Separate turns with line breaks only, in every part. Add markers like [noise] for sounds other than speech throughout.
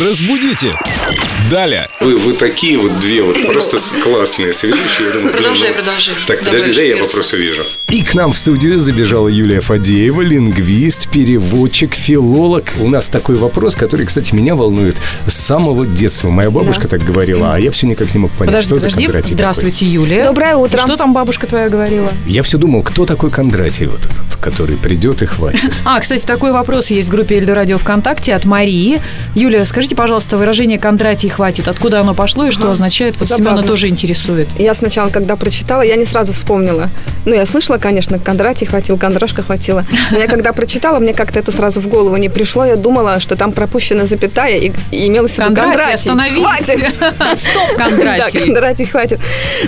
Разбудите! Далее!
Вы, вы такие вот две вот просто с- классные сведущие. Я думаю, блин,
Продолжай,
ну-
продолжай.
Так,
Добавляешь
подожди, дай я
перца.
вопрос увижу.
И к нам в студию забежала Юлия Фадеева, лингвист, переводчик, филолог. У нас такой вопрос, который, кстати, меня волнует с самого детства. Моя бабушка так говорила, а я все никак не мог понять,
Подожди,
что за
подожди.
Кондратьев
Здравствуйте, Юлия.
Доброе утро.
Что там бабушка твоя говорила?
такой. Я все думал, кто такой Кондратьев вот этот, который придет и хватит.
А, кстати, такой вопрос есть в группе Эльдорадио ВКонтакте от Марии. Юлия, скажите, пожалуйста, выражение «Кондратий хватит», откуда оно пошло и что означает? Вот
Забавно.
Семена тоже интересует.
Я сначала, когда прочитала, я не сразу вспомнила. Ну, я слышала, конечно, Кондратий хватил, Кондрашка хватила. Но я когда прочитала, мне как-то это сразу в голову не пришло. Я думала, что там пропущена запятая и, и имелось в виду
Кондратий,
Кондратий.
остановись!» [laughs]
Хватит!
Стоп,
Да,
Кондратий.
Кондратий хватит.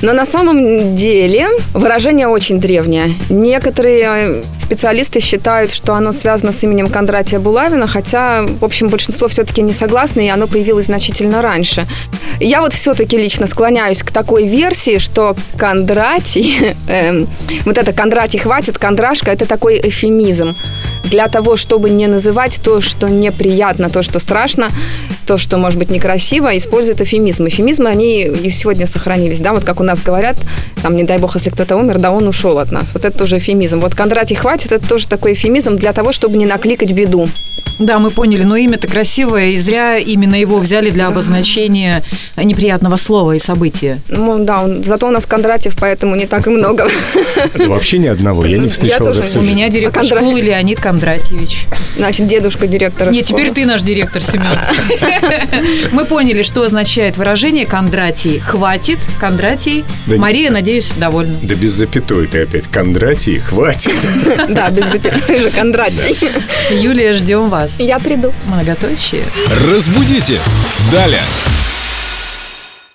Но на самом деле выражение очень древнее. Некоторые э, специалисты считают, что оно связано с именем Кондратия Булавина, хотя, в общем, большинство все-таки не согласны, и оно появилось значительно раньше. Я вот все-таки лично склоняюсь к такой версии, что Кондратий, [laughs] эм, вот это Кондратий хватит, Кондрашка, это такой эфемизм для того, чтобы не называть то, что неприятно, то, что страшно, то, что может быть некрасиво, используют эфемизм. Эфемизмы, они и сегодня сохранились, да, вот как у нас говорят, там, не дай бог, если кто-то умер, да он ушел от нас. Вот это тоже эфемизм. Вот Кондратий хватит, это тоже такой эфемизм для того, чтобы не накликать беду.
Да, мы поняли, но имя-то красивое, и зря именно его взяли для обозначения неприятного слова и события.
Ну, да, он- зато у нас Кондратьев, поэтому не так и много. [laughs]
Ну, Вообще ни одного, я не встречал
тоже
за
не-
всю
У
жизнь.
меня директор
А Кондратий?
школы Леонид Кондратьевич.
Значит, дедушка директора.
Не, теперь
школы.
ты наш директор, Семен. Мы поняли, что означает выражение «Кондратий». Хватит, Кондратий.
Да не-
Мария, надеюсь, довольна.
Да без запятой ты опять. Кондратий, хватит.
Да, без запятой же Кондратий.
Юлия, ждем вас.
Я приду.
Многоточие.
Разбудите! Далее!